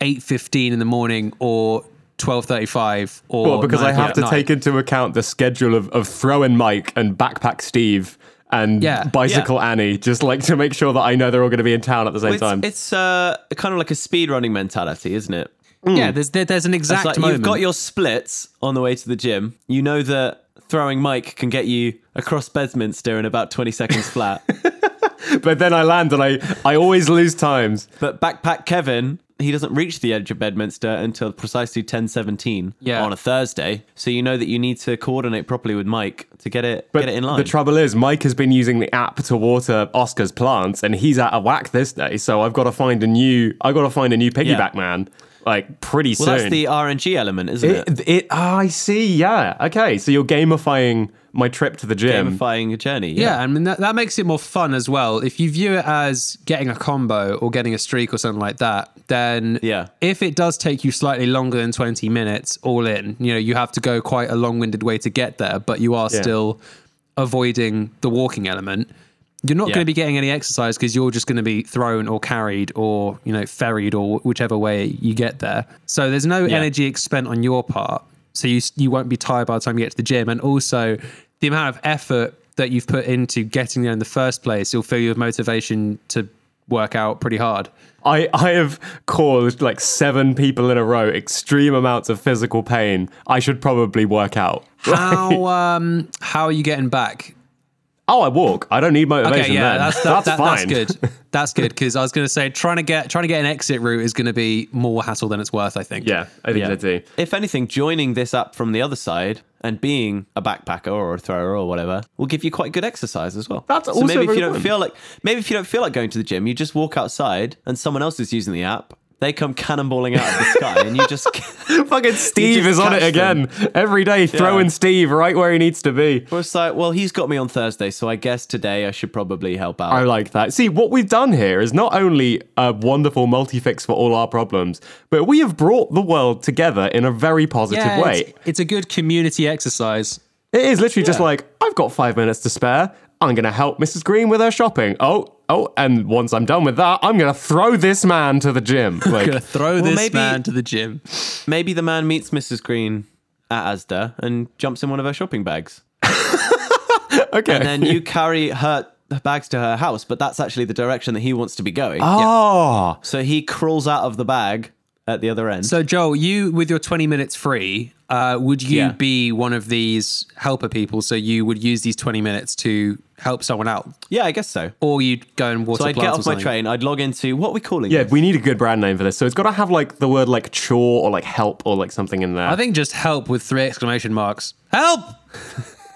eight fifteen in the morning or twelve thirty five or Well, because I 9 have at to night. take into account the schedule of, of throwing Mike and backpack Steve and Yeah. bicycle Annie, just like to make sure that I know they're all going to be in town at the same It's, time. it's uh, kind of like a speed running mentality, isn't it? Yeah, Hmm. there's there, there's an exact It's like moment. you've got your splits on the way to the gym. You know that throwing Mike can get you across Bedminster in about 20 seconds flat. but then I land and I, I always lose times. but backpack Kevin, he doesn't reach the edge of Bedminster until precisely 10:17 Yeah. on a Thursday. So you know that you need to coordinate properly with Mike to get it But get it in line. the trouble is, Mike has been using the app to water Oscar's plants, and he's out of whack this day. So I've got to find a new. I've got to find a new piggyback man. like pretty Well, soon. that's the uh, RNG element, isn't it? It, it, ah, I see. Yeah. Okay. So you're gamifying my trip to the gym. Gamifying a journey. Yeah, I mean that, that makes it more fun as well. If you view it as getting a combo or getting a streak or something like that, then Yeah. if it does take you slightly longer than 20 minutes all in, you know, you have to go quite a long-winded way to get there, but you are Yeah. still avoiding the walking element. You're not Yeah. going to be getting any exercise because you're just going to be thrown or carried or, you know, ferried or whichever way you get there. So there's no energy expend on your part. So you you won't be tired by the time you get to the gym, and also the amount of effort that you've put into getting there in the first place, you'll feel you have motivation to work out pretty hard. I, I have caused like seven people in a row extreme amounts of physical pain. I should probably work out. How um how are you getting back? Oh, I walk. I don't need motivation Okay, yeah, then. that's That's, that, that- fine. That's good. That's good because I was going to say trying to get trying to get an exit route is going to be more hassle than it's worth. I think. Yeah, I think Yeah. so too. If anything, joining this up from the other side and being a backpacker or a thrower or whatever will give you quite good exercise as well. That's so also maybe if very you don't good. feel like maybe if you don't feel like going to the gym, you just walk outside and someone else is using the app. They come cannonballing out of the sky and you just Fucking Steve just is on it catch again every day, throwing Steve right where he needs to be. Well, it's like, well, he's got me on Thursday, so I guess today I should probably help out. I like that. See, what we've done here is not only a wonderful multi-fix for all our problems, but we have brought the world together in a very positive Yeah, way. it's, it's a good community exercise. It is literally just Yeah. like, I've got five minutes to spare. I'm going to help Mrs. Green with her shopping. Oh, oh, and once I'm done with that, I'm going to throw this man to the gym. Gonna Like, throw this maybe- man to the gym. Maybe the man meets Mrs. Green at Asda and jumps in one of her shopping bags. okay. And then you carry her bags to her house, but that's actually the direction that he wants to be going. oh, So he crawls out of the bag at the other end. So, Joel, you with your 20 minutes free, uh, would you Yeah. be one of these helper people? So, you would use these 20 minutes to help someone out, yeah, I guess so. or you'd go and water So I'd get plants off or my something. train, I'd log into what are we calling yeah, this? we need a good brand name for this. So it's got to have like the word like chore or like help or like something in there. I think just help with three exclamation marks. Help!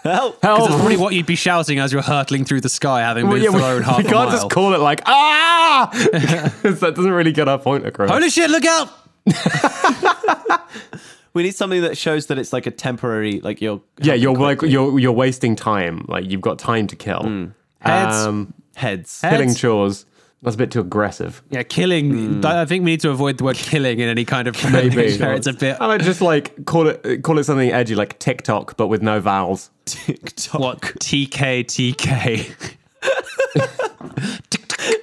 Help! Because that's probably what you'd be shouting as you're hurtling through the sky, having been Well, Oh, yeah, we, thrown half we a mile. can't just call it like, ah, 'Cause that doesn't really get our point across. Holy shit! Look out! We need something that shows that it's like a temporary, like you're yeah, you're like, you're, you're wasting time. Like you've got time to kill. Hmm. Heads. Um, heads. killing Heads. chores. That's a bit too aggressive. Yeah, killing. th- I think we need to avoid the word killing in any kind of Hmm. Maybe. where it's a bit. I might just like call it call it something edgy like TikTok, but with no vowels. TikTok. What TK TK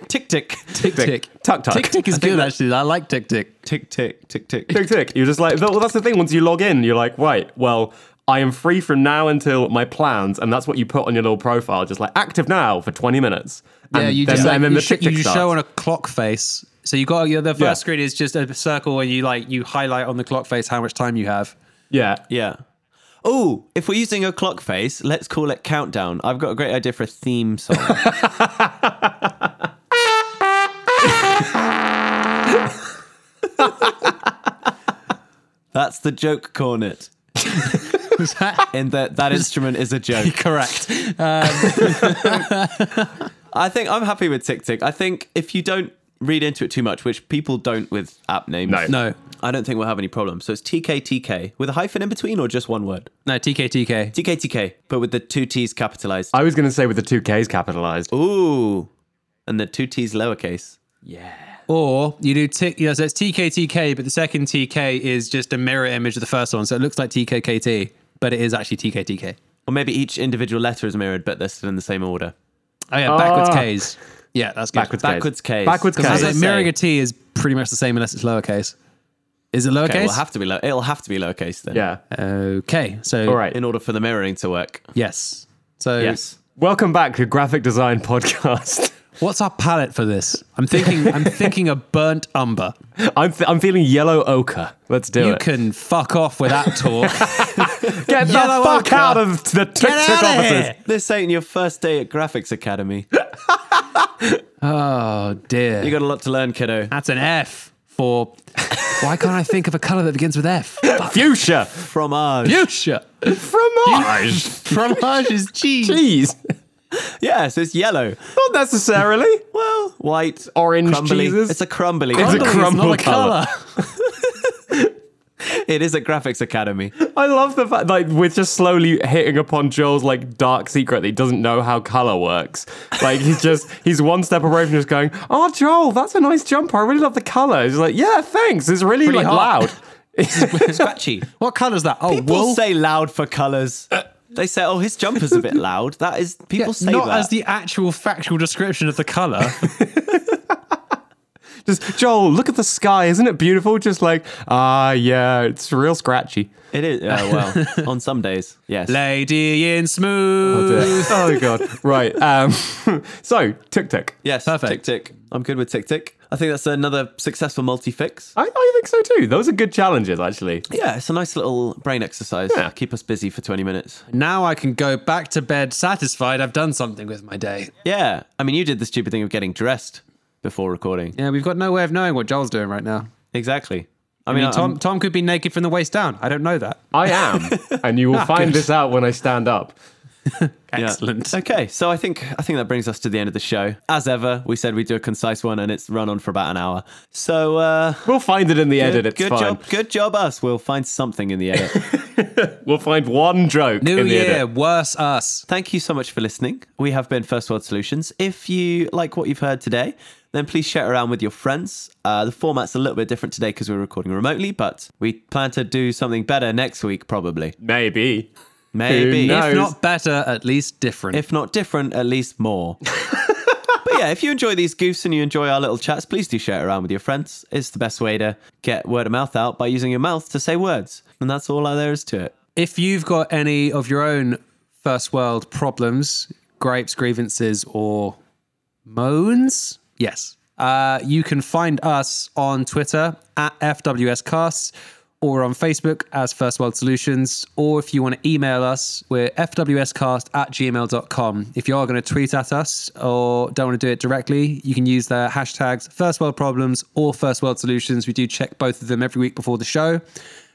Tick tick. tick tick Tuck tuck. tick tick is good actually. I like tick tick. Tick tick. Tick tick. Tick tick. You're just like well, that's the thing. Once you log in, you're like, right, well, I am free from now until my plans, and that's what you put on your little profile, just like active now for 20 minutes. And Yeah, you then, just like, and then you, the sh- tick you tick show on starts. a clock face. So you got your the first Yeah. screen is just a circle, and you like you highlight on the clock face how much time you have. Yeah. Yeah. Oh, if we're using a clock face, let's call it countdown. I've got a great idea for a theme song. That's the joke cornet. In that that instrument is a joke. Correct. I think I'm happy with Tick Tick. I think if you don't read into it too much, which people don't with app names, No. No, I don't think we'll have any problems. So it's TKTK with a hyphen in between or just one word? no TK TK. TKTK, but with the two T's capitalized. I was gonna say with the two Ks capitalized. Oh, Ooh. And the two T's lowercase. Or you do tick. Yeah, so it's TK TK, but the second TK is just a mirror image of the first one, so it looks like TKKT, but it is actually TK TK. Or maybe each individual letter is mirrored, but they're still in the same order. Oh yeah, backwards Ah. K's. Yeah, that's good. Backwards, Backwards Ks. Ks. Backwards Because I as was I like, Ks. say- mirroring a T is pretty much the same unless it's lowercase. Is it lowercase? Okay, Okay, well, it'll have to be low- it'll have to be lowercase then. Yeah. so All right. In order for the mirroring to work. yes. So Yes. Welcome back to Graphic Design Podcast. what's our palette for this? I'm thinking. I'm thinking a burnt umber. I'm, fe- I'm feeling yellow ochre. Let's do You it. can fuck off with that talk. Get the Yellow fuck ochre. out of the tick tick Get out of offices. here. This ain't your first day at Graphics Academy. Oh dear. You got a lot to learn, kiddo. that's an F for. Why can't I think of a color that begins with F? Fuchsia. From ours. Fuchsia. Fromage. Fromage is cheese. Cheese. Yeah, so it's yellow. Not necessarily. Well, white, Orange crumbly. cheeses. It's a crumbly. a Crumbly. crumble It's not a colour. color. it is a graphics academy. I love the fact like we're just slowly hitting upon Joel's like dark secret that he doesn't know how color works. Like he's just he's one step away from just going, "Oh, Joel, that's a nice jumper. I really love the color." He's like, "Yeah, thanks. It's really like hot." loud." Scratchy. What colour's that? Oh, People wool. say loud for colours. They say, "Oh, his jumper's a bit loud." That is, people say Not that. as the actual factual description of the colour. Just Joel, look at the sky. Isn't it beautiful? Just like, "Ah, yeah, it's real scratchy." it is. Oh well. on some days, yes. Lady in smooth. oh god. Right. Um so, Tic Tic. yes. Perfect. Tick tick. I'm good with tick tick. I think that's another successful multi fix. I, I think so too. Those are good challenges actually. Yeah, it's a nice little brain exercise. Yeah. Keep us busy for 20 minutes. Now I can go back to bed satisfied I've done something with my day. Yeah. I mean, you did the stupid thing of getting dressed before recording. Yeah, we've got no way of knowing what Joel's doing right now. Exactly. I I mean, mean, Tom, I'm- Tom could be naked from the waist down. I don't know that. I am, and you will find good. this out when I stand up. yeah. Excellent. Okay, so I think I think that brings us to the end of the show. As ever, we said we'd do a concise one, and it's run on for about an hour. So uh, We'll find it in the edit. It's good fine. job, good job, us. We'll find something in the edit. We'll find one joke New in the year, edit. worse us. Thank you so much for listening. We have been First World Solutions. If you like what you've heard today, then please share it around with your friends. Uh, the format's a little bit different today because we're recording remotely, but we plan to do something better next week, probably. Maybe. Maybe. knows? If, If not better, at least different. if not different, at least more. but yeah, if you enjoy these goofs and you enjoy our little chats, please do share it around with your friends. It's the best way to get word of mouth out by using your mouth to say words. And that's all there is to it. if you've got any of your own first world problems, gripes, grievances, or moans, yes, uh, you can find us on Twitter at FWScasts or on Facebook as First World Solutions. Or if you want to email us, we're FWScast at gmail.com. If you are going to tweet at us or don't want to do it directly, you can use the hashtags First World Problems or First World Solutions. We do check both of them every week before the show.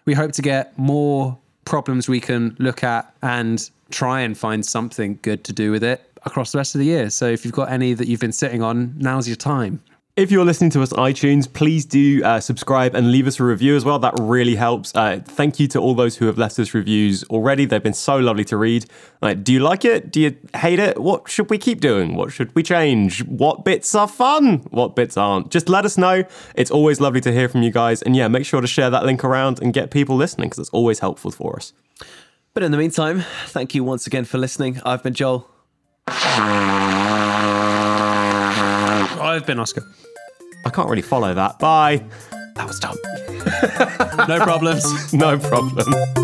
We hope to get more problems we can look at and try and find something good to do with it across the rest of the year. So if you've got any that you've been sitting on, now's your time. If you're listening to us on iTunes, please do uh, subscribe and leave us a review as well. That really helps. Uh, thank you to all those who have left us reviews already. They've been so lovely to read. Like, do you like it? Do you hate it? What should we keep doing? What should we change? What bits are fun? What bits aren't? Just let us know. It's always lovely to hear from you guys. And yeah, make sure to share that link around and get people listening because it's always helpful for us. But in the meantime, thank you once again for listening. I've been Joel. I've been Oscar. I can't really follow that. Bye. That was Tom. No problems. No problem.